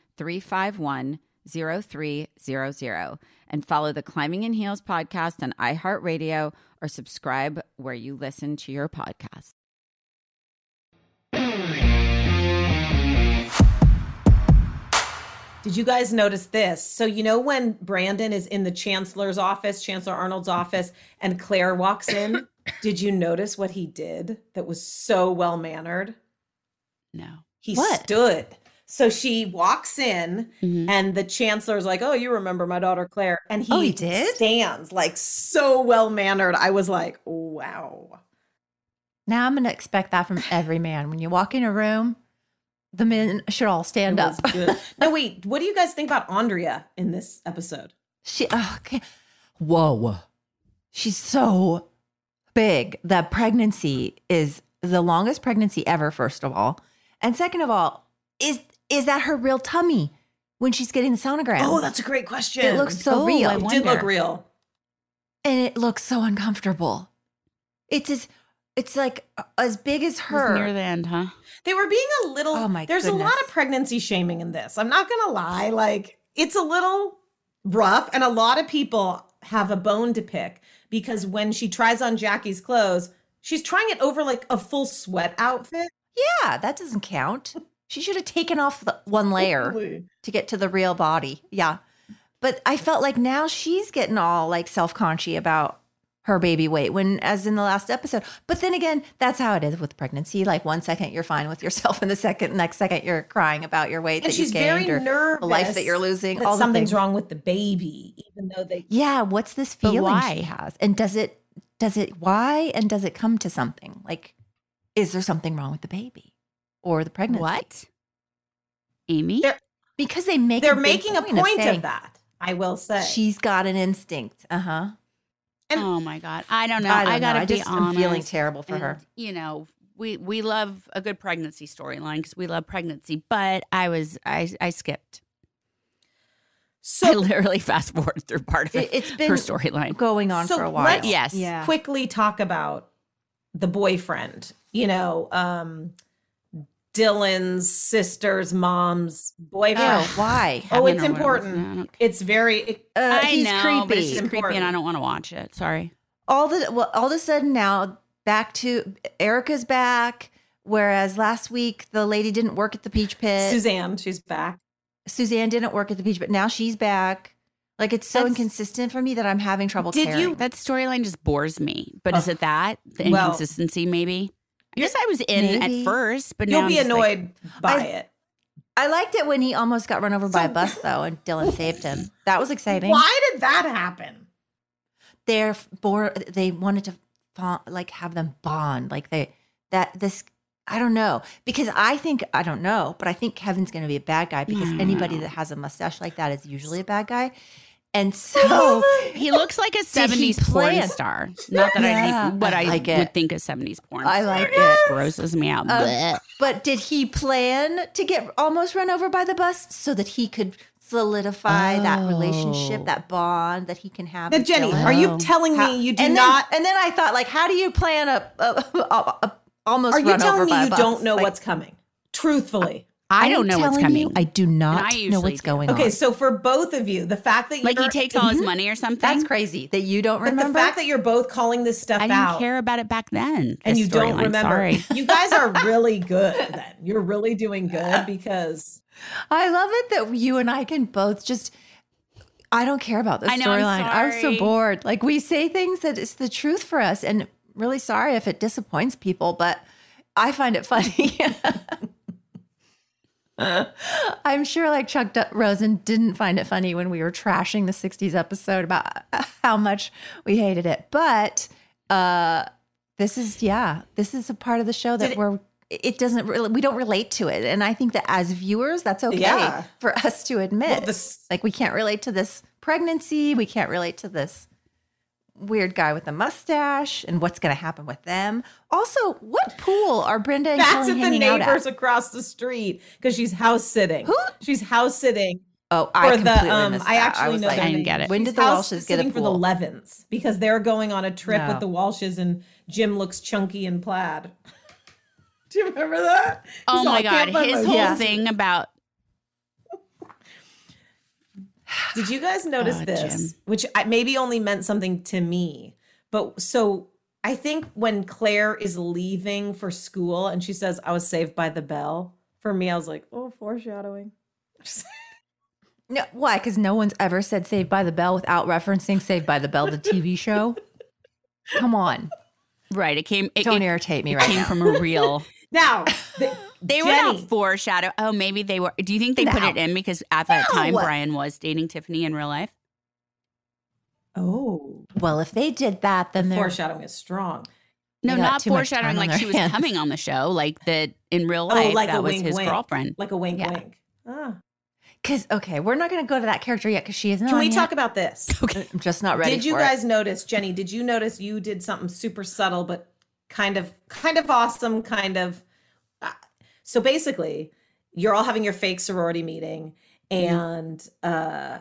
E: 351 0300 and follow the Climbing in Heels podcast on iHeartRadio or subscribe where you listen to your podcast.
D: Did you guys notice this? So you know when Brandon is in the chancellor's office, Chancellor Arnold's office, and Claire walks in, did you notice what he did that was so well mannered?
C: No.
D: He stood. So she walks in and the chancellor's like, "Oh, you remember my daughter Claire." And he,
B: Mm-hmm. Oh, he did?
D: stands like so well mannered. I was like, "Wow."
B: Now I'm going to expect that from every man. When you walk in a room, the men should all stand up.
D: no, wait. What do you guys think about Andrea in this episode?
B: She oh, okay. Whoa. She's so big. The pregnancy is the longest pregnancy ever, first of all. And second of all, is is that her real tummy when she's getting the sonogram?
D: Oh, that's Oh, a great question.
B: It looks so real.
D: It did look real.
B: And it looks so uncomfortable. It's as it's like uh, as big as her.
C: near the end, huh?
D: They were being a little.
B: Oh my
D: There's a lot of pregnancy shaming in this. I'm not gonna lie. Like it's a little rough, and a lot of people have a bone to pick because when she tries on Jackie's clothes, she's trying it over like a full sweat outfit.
B: Yeah, that doesn't count. She should have taken off the one layer
D: Totally.
B: to get to the real body. Yeah. But I felt like now she's getting all like self conscious about her baby weight when, as in the last episode. But then again, that's how it is with pregnancy. Like one second you're fine with yourself, and the second, next second you're crying about your weight
D: And
B: that you
D: she's
B: gained
D: very
B: or
D: nervous.
B: the life that you're losing.
D: that
B: all the
D: something's
B: things.
D: wrong with the baby, even though they.
B: Yeah. What's this
C: But
B: feeling
C: why?
B: she has? And does it, does it, why? And does it come to something? Like, is there something wrong with the baby or the pregnancy?
C: What? Amy?
D: They're,
B: Because they make
D: they're
B: big
D: making a
B: of
D: point of,
B: saying,
D: that. I will say.
B: She's got an instinct. Uh huh.
D: and-
C: oh my God. I don't know.
B: I
C: I,
B: don't know.
C: gotta
B: I
C: be
B: just am
C: honest.
B: feeling terrible for
C: And,
B: her.
C: You know, we we love a good pregnancy storyline because we love pregnancy, but I was I I skipped. I
D: so
C: literally fast forwarded through part of
B: It,
C: it,
B: has been
C: her storyline.
B: going on
D: So
B: for a while.
D: let's-
C: Yes.
B: Yeah.
D: quickly talk about the boyfriend. You know, um, Dylan's sister's mom's boyfriend.
B: Oh, why?
D: Oh,
C: I don't know what it
D: it's
C: was.
D: important.
C: I don't-
D: It's very. It,
B: Uh,
C: I
B: he's
C: know,
B: creepy.
C: but it's just creepy,
D: Important.
C: and I don't want to watch it. Sorry.
B: all the well, all of a sudden now back to Erica's back. Whereas last week the lady didn't work at the peach pit.
D: Suzanne, she's back.
B: Suzanne didn't work at the peach pit. Now she's back. Like it's so
C: That's-
B: inconsistent for me that I'm having trouble.
D: Did
B: caring.
D: you-
C: That storyline just bores me. But is
D: Oh.
C: it that the
D: Well,
C: inconsistency? maybe. I guess I was in
B: maybe.
C: at first, but now
D: You'll
C: I'm
D: be
C: just like,
D: annoyed by
B: I-
D: it.
B: I liked it when he almost got run over by a bus though, and Dylan saved him. That was exciting.
D: Why did that happen?
B: they're bore they wanted to fo- like have them bond like they that this i don't know because i think i don't know but i think kevin's going to be a bad guy because
C: No.
B: anybody that has a mustache like that is usually a bad guy and so
C: he looks like
B: Did he
C: a seventies porn
B: plan-
C: star. Not that I
B: Yeah,
C: think what
B: I
C: I,
B: like it.
C: would think of seventies porn.
B: I like it.
C: Grosses me out.
B: Um,
C: Blech.
B: but did he plan to get almost run over by the bus so that he could solidify that relationship
C: Oh.
B: that bond that he can have
D: Now,
B: with
D: Jenny,
B: Dylan?
D: are you
C: Oh.
D: telling
B: How-
D: me you do
B: and
D: not?
B: then, and then i thought like how do you plan a, a, a, a- almost
D: Are you
B: run over
D: telling me
B: by a
D: you
B: bus?
D: don't know
B: Like,
D: what's coming? Truthfully.
C: I
B: I'm
C: don't know what's
B: telling
C: coming.
B: you, I do not
C: I
B: know
C: usually
B: what's
C: do.
B: going on.
D: Okay, so for both of you, the fact that
C: like he
D: you're-
C: takes all his money or something.
B: Mhm. that's crazy that you don't
D: But
B: remember.
D: the fact that you're both calling this stuff
C: I didn't
D: out
C: care about it back then.
D: and
C: this
D: you don't
C: storyline,
D: remember,
C: Sorry.
D: you guys are really good. Then you're really doing good because
B: I love it that you and I can both just. I don't care about this
C: I know, I'm
B: storyline. I'm, so
C: sorry.
B: bored. Like we say things that it's the truth for us, and really sorry if it disappoints people, but I find it funny. I'm sure like Chuck D- Rosen didn't find it funny when we were trashing the 60s episode about how much we hated it. But uh this is yeah, this is a part of the show that
D: Did it-
B: we're it doesn't really we don't relate to it. And I think that as viewers, that's okay
D: Yeah.
B: for us to admit.
D: this-
B: like we can't relate to this pregnancy, we can't relate to this weird guy with a mustache and what's going to happen with them. Also, what pool are Brenda and
D: That's
B: Kelly
D: at the
B: hanging out
D: neighbors
B: at?
D: across the street because she's house sitting. Who? She's house sitting.
B: Oh, I
D: for
B: completely missed
D: um, I
B: that. I
D: actually
B: was
D: know
B: like,
D: their
B: I didn't
D: name.
B: get it. When
D: She's
B: did the
D: house
B: Walshes get a
D: sitting for the
B: pool?
D: Levens because they're going on a trip
B: No.
D: with the Walshes and Jim looks chunky and plaid. Do you remember that?
C: Oh
D: He's all,
C: my
D: "I
C: god,
D: can't buy
C: his
D: my
C: whole
D: Walshes."
C: thing about
D: Did you guys notice
C: Oh,
D: this?
C: Jim.
D: Which I, maybe only meant something to me, but so I think when Claire is leaving for school and she says, "I was saved by the bell," for me, I was like, "Oh, foreshadowing."
B: No, why? Because no one's ever said Saved by the Bell without referencing Saved by the Bell, the TV show. Come on.
C: right. It came. It,
B: Don't
C: it-
B: irritate me
C: it
B: right
C: came
B: now.
C: from a real.
D: Now
C: They were
D: Jenny.
C: not foreshadow. Oh, maybe they were. Do you think they put
B: No.
C: it in because at that time
B: No.
C: Brian was dating Tiffany in real life?
D: Oh,
B: Well, if they did that, then they're
D: foreshadowing is strong.
C: No,
B: They got
C: not
B: too much time
C: foreshadowing.
B: on
C: Like
B: their
C: she was
B: hands.
C: coming on the show. Like that in real
D: Oh,
C: life,
D: like a
C: that was
D: wink,
C: his
D: wink.
C: girlfriend.
D: Like a wink,
C: Yeah.
D: wink. Ah.
B: Because okay, we're not going to go to that character yet because she isn't.
D: Can we
B: on
D: talk
B: yet.
D: about this?
C: Okay.
B: I'm just not ready.
D: Did you
B: for it.
D: guys notice, Jenny? Did you notice you did something super subtle, but kind of, kind of awesome, kind of. ah. So basically, you're all having your fake sorority meeting,
B: Mm-hmm.
D: and uh,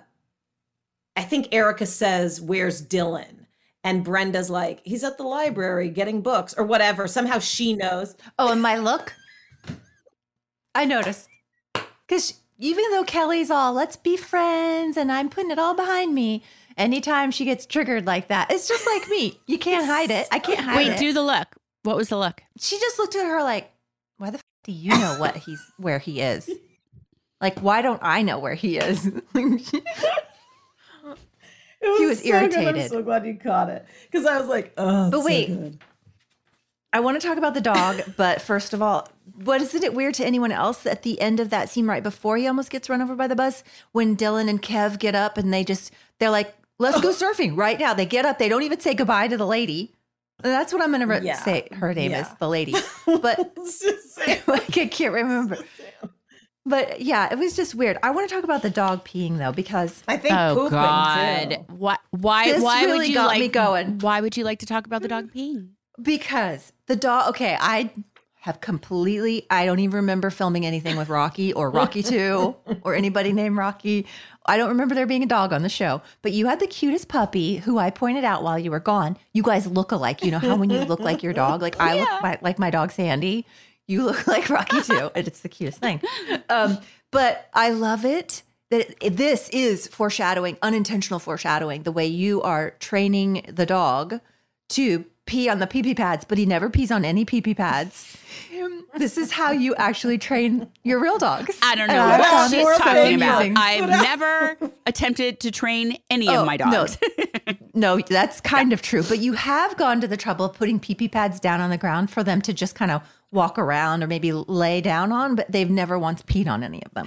D: I think Erica says, "Where's Dylan?" And Brenda's like, "He's at the library getting books or whatever." Somehow she knows.
B: Oh, and my look. I noticed because even though Kelly's all "let's be friends" and I'm putting it all behind me, anytime she gets triggered like that, it's just like me. You can't hide it. I can't hide
C: Wait,
B: it.
C: do the look. What was the look?
B: she just looked at her like, "Why the f- do you know what he's where he is? Like, why don't I know where he is?"
D: It
B: He was
D: so good. I'm
B: irritated.
D: so glad you caught it because I was like, "Oh, it's
B: But
D: so
B: wait.
D: good.
B: I want to talk about the dog, but first of all, what isn't it weird to anyone else at the end of that scene right before he almost gets run over by the bus when Dylan and Kev get up and they just they're like, "Let's go surfing right now." They get up, they don't even say goodbye to the lady. And that's what I'm going to re-
D: Yeah.
B: say her name is,
D: Yeah.
B: the lady. But
D: It's just saying-
B: like I can't remember. But yeah, it was just weird. I want to talk about the dog peeing though because
D: I think
C: oh
D: pooping
C: God!
D: too.
C: Why? Why?
B: This
C: why would
B: really
C: you
B: got
C: like
B: me going.
C: Why would you like to talk about the dog peeing?
B: Because the dog, okay, I have completely, I don't even remember filming anything with Rocky or Rocky 2 or anybody named Rocky. I don't remember there being a dog on the show, but you had the cutest puppy who I pointed out while you were gone. You guys look alike. You know how when you look like your dog, like I look my, like my dog Sandy, you look like Rocky 2, and it's the cutest thing. Um, but I love it that it- this is foreshadowing, unintentional foreshadowing, the way you are training the dog to pee on the pee pee pads, but he never pees on any pee pee pads. this is how you actually train your real dogs.
C: I don't
B: And
C: know
B: I
C: what
B: found
C: she's
B: it so
C: talking about.
B: amusing.
C: I've never attempted to train any
B: Oh,
C: of my
B: no.
C: dogs.
B: No, that's kind of true, but you have gone to the trouble of putting pee pee pads down on the ground for them to just kind of walk around or maybe lay down on, but they've never once peed on any of them.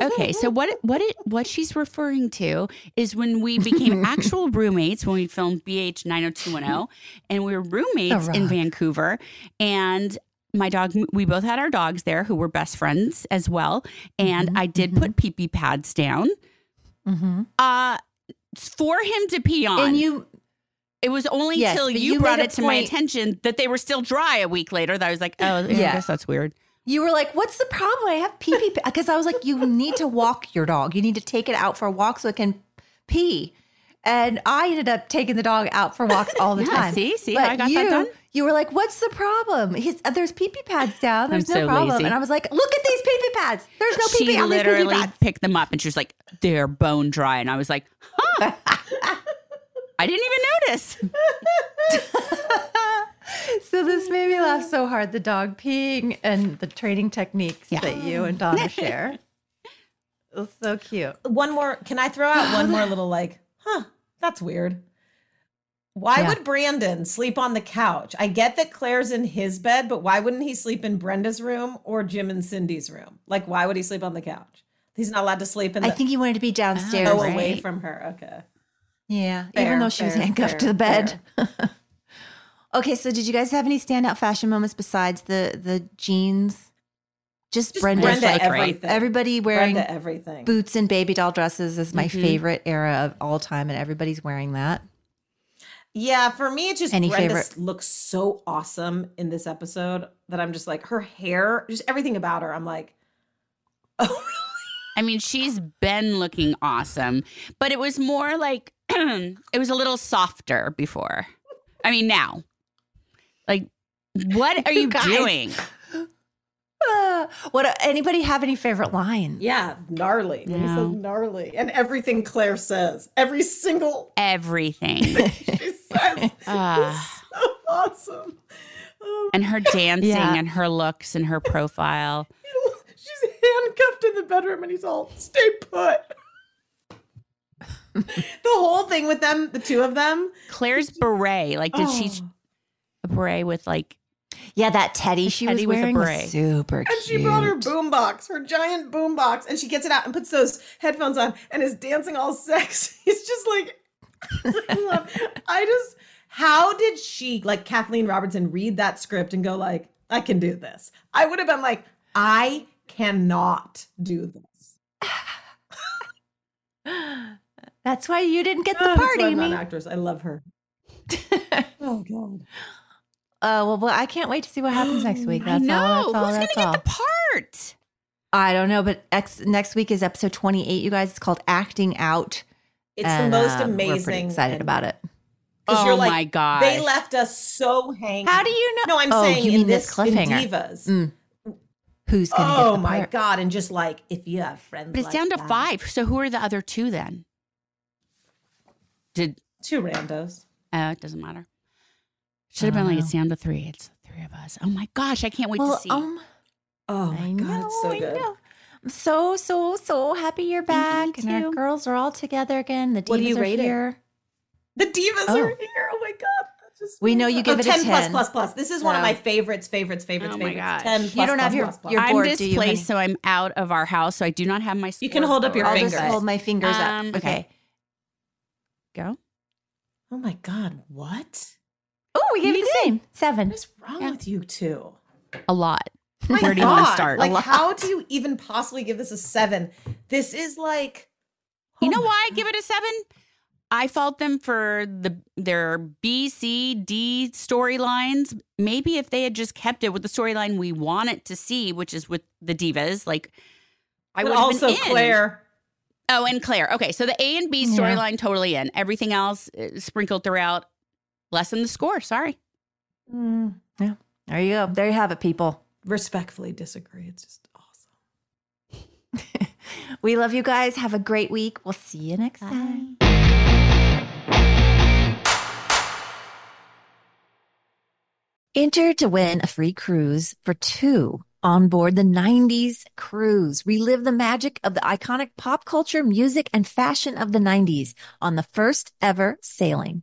C: okay, so what what it, what she's referring to is when we became actual roommates when we filmed BH 90210 oh, and we were roommates in
B: rock.
C: Vancouver and my dog we both had our dogs there who were best friends as well and I did put pee pee pads down
B: Mm-hmm.
C: uh for him to pee on.
B: And you,
C: It was only
B: Yes,
C: till
B: but
C: you,
B: you
C: brought
B: made a
C: it to my
B: point-
C: attention that they were still dry a week later that I was like, oh, yeah, I
B: Yeah.
C: guess that's weird.
B: You were like, "What's the problem? I have pee pee." Because I was like, "You need to walk your dog. You need to take it out for a walk so it can pee." And I ended up taking the dog out for walks all the
C: Yeah,
B: time.
C: see? See how I got that
B: you,
C: done?
B: You were like, "What's the problem? He's, uh, there's pee pee pads down. There's no
C: so
B: problem."
C: lazy.
B: And I was like, "Look at these pee pee pads. There's no pee
C: she
B: pee on these pee pee
C: literally
B: pads."
C: picked them up and she was like, they're bone dry. And I was like, huh. I didn't even notice.
B: So this made me laugh so hard. The dog peeing and the training techniques
C: Yeah.
B: that you and Donna share. It was so cute.
D: one more can i throw out one more little like huh that's weird why
B: Yeah.
D: would brandon sleep on the couch i get that claire's in his bed but why wouldn't he sleep in brenda's room or jim and cindy's room like why would he sleep on the couch he's not allowed to sleep in the
B: I think he wanted to be downstairs.
D: go
C: you're
D: away
C: Oh, right.
D: from her okay
B: Yeah,
D: Fair,
B: even though she was
D: fair,
B: handcuffed
D: fair,
B: to the bed. okay, so did you guys have any standout fashion moments besides the the jeans? Just,
D: Just
B: Brenda,
D: Brenda
B: like,
D: everything.
B: Everybody wearing
D: brenda everything
B: boots and baby doll dresses is my
C: Mhm.
B: favorite era of all time, and everybody's wearing that.
D: Yeah, for me, it's just
H: Any
D: Brenda
H: favorite?
D: looks so awesome in this episode that I'm just like her hair, just everything about her. I'm like,
C: I mean, she's been looking awesome, but it was more like it was a little softer before. I mean, now. Like, what are you,
B: guys.
C: doing?
B: Uh, what? Anybody have any favorite lines?
D: yeah, gnarly. When he
C: No.
D: says gnarly, and everything Claire says, every single
C: Everything.
D: she says,
C: Ah.
D: is so awesome. Oh,
C: and her dancing
D: Yeah.
C: and her looks and her profile.
D: she's handcuffed in the bedroom, and he's all stay put. the whole thing with them, the two of them,
C: Claire's beret. Like, did she
D: Oh.
C: a beret with like
H: Yeah, that teddy she
C: teddy
H: was
C: with a
H: wearing was
C: beret.
H: super
D: And she brought her boombox, her giant boombox, and she gets it out and puts those headphones on and is dancing all sexy. It's just like, I love- I just, how did she, like Kathleen Robertson, read that script and go like, I can do this? I would have been like, I cannot do this.
B: That's why you didn't get the
D: Ah,
B: part,
D: that's why I'm not
B: Amy.
D: an actress. I love her. oh God.
B: Uh, well, well, I can't wait to see what happens next week.
C: I
B: That's all.
C: know.
B: That's all.
C: Who's gonna
B: that's
C: get
B: all.
C: the part?
B: I don't know, but ex- next week is episode 28, you guys. It's called Acting Out.
D: It's the most
B: uh, We're pretty
D: amazing
B: excited
D: and-
B: about it.
D: 'Cause
C: Oh
D: you're like,
C: my gosh.
D: They left us so hanging.
B: How do you know?
D: No, I'm
B: Oh,
D: saying
B: you
D: in
B: mean this
D: this, in
B: cliffhanger.
D: divas.
B: Mm. Who's going to
D: Oh
B: get the
D: my
B: part?
D: god! And just like if you have friends,
C: But it's
D: like
C: down to
D: that.
C: five. So who are the other two then? Did
D: Two randos.
C: oh, it doesn't matter. Should have been like it's down to three. It's the three of us. Oh my gosh, I can't wait
B: Uh, Well,
C: to see.
B: um,
D: Oh my
B: I
D: god,
B: know,
D: it's so
B: I
D: good.
B: know. I'm so, so, so happy you're
C: Thank
B: back.
C: you,
B: And our
C: too.
B: girls are all together again. The divas
D: What do you
B: are
D: rate it?
B: here.
D: The divas
B: Oh.
D: are here. Oh my god. That just
B: We
D: made
B: know
D: me-
B: you give
D: oh,
B: it a
D: 10 plus
B: 10.
D: plus plus. This is one of
B: So-
D: my favorites, favorites, favorites,
C: Oh my
D: favorites.
C: gosh.
D: Ten
C: You
D: plus,
B: don't have
D: plus,
B: your-
D: plus, plus.
B: your-
C: I'm
B: bored, do you, honey?
C: displaced, so I'm out of our house, so I do not have my.
D: You can hold up your
C: scoreboard.
B: I'll
D: fingers.
B: just hold my fingers
C: Um,
B: up. Okay.
C: Go.
D: Oh my god, what?
B: Oh, we gave it the same. Seven.
D: What is wrong
C: Yeah.
D: with you two?
C: A lot.
D: Oh My
C: Where do you wanna
D: God,
C: start?
D: Like,
C: A lot.
D: how do you even possibly give this a seven? This is like,
C: You
D: Oh
C: know
D: my
C: why I
D: God.
C: give it a seven? I fault them for the their B, C, D storylines. Maybe if they had just kept it with the storyline we wanted to see, which is with the divas, like I
D: But
C: would
D: also
C: been in.
D: Claire.
C: Oh, and Claire. Okay, so the A and B
B: Yeah.
C: storyline totally in. Everything else uh, sprinkled throughout. Lessen the score. Sorry.
D: Mm,
B: There you go. There you have it, people.
D: respectfully disagree. It's just awesome.
B: We love you guys. Have a great week. We'll see you next time.
I: Enter to win a free cruise for two on board the 90s cruise. Relive the magic of the iconic pop culture, music, and fashion of the 90s on the first ever sailing.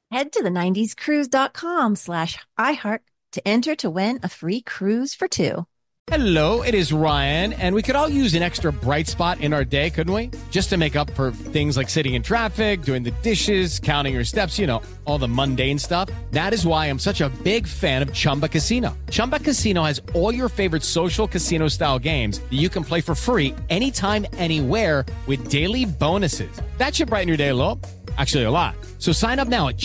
I: Head to the 90scruise.com slash iHeart to enter to win a free cruise for two.
J: Hello, it is Ryan, and we could all use an extra bright spot in our day, couldn't we? Just to make up for things like sitting in traffic, doing the dishes, counting your steps, you know, all the mundane stuff. That is why I'm such a big fan of Chumba Casino. Chumba Casino has all your favorite social casino style games that you can play for free anytime, anywhere with daily bonuses. That should brighten your day a little. Actually, a lot. So sign up now at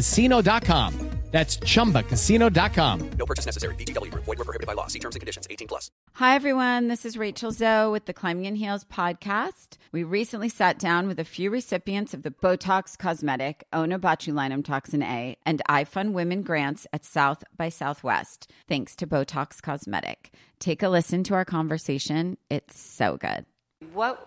J: chumbacasino.com. That's chumbacasino.com.
K: No purchase necessary. VGW Group. Void were prohibited by law. See terms and conditions. 18 plus.
E: Hi, everyone. This is Rachel Zoe with the Climbing in Heels podcast. We recently sat down with a few recipients of the Botox Cosmetic, Onabotulinum Toxin A, and iFund Women grants at South by Southwest, thanks to Botox Cosmetic. Take a listen to our conversation. It's so good.
L: What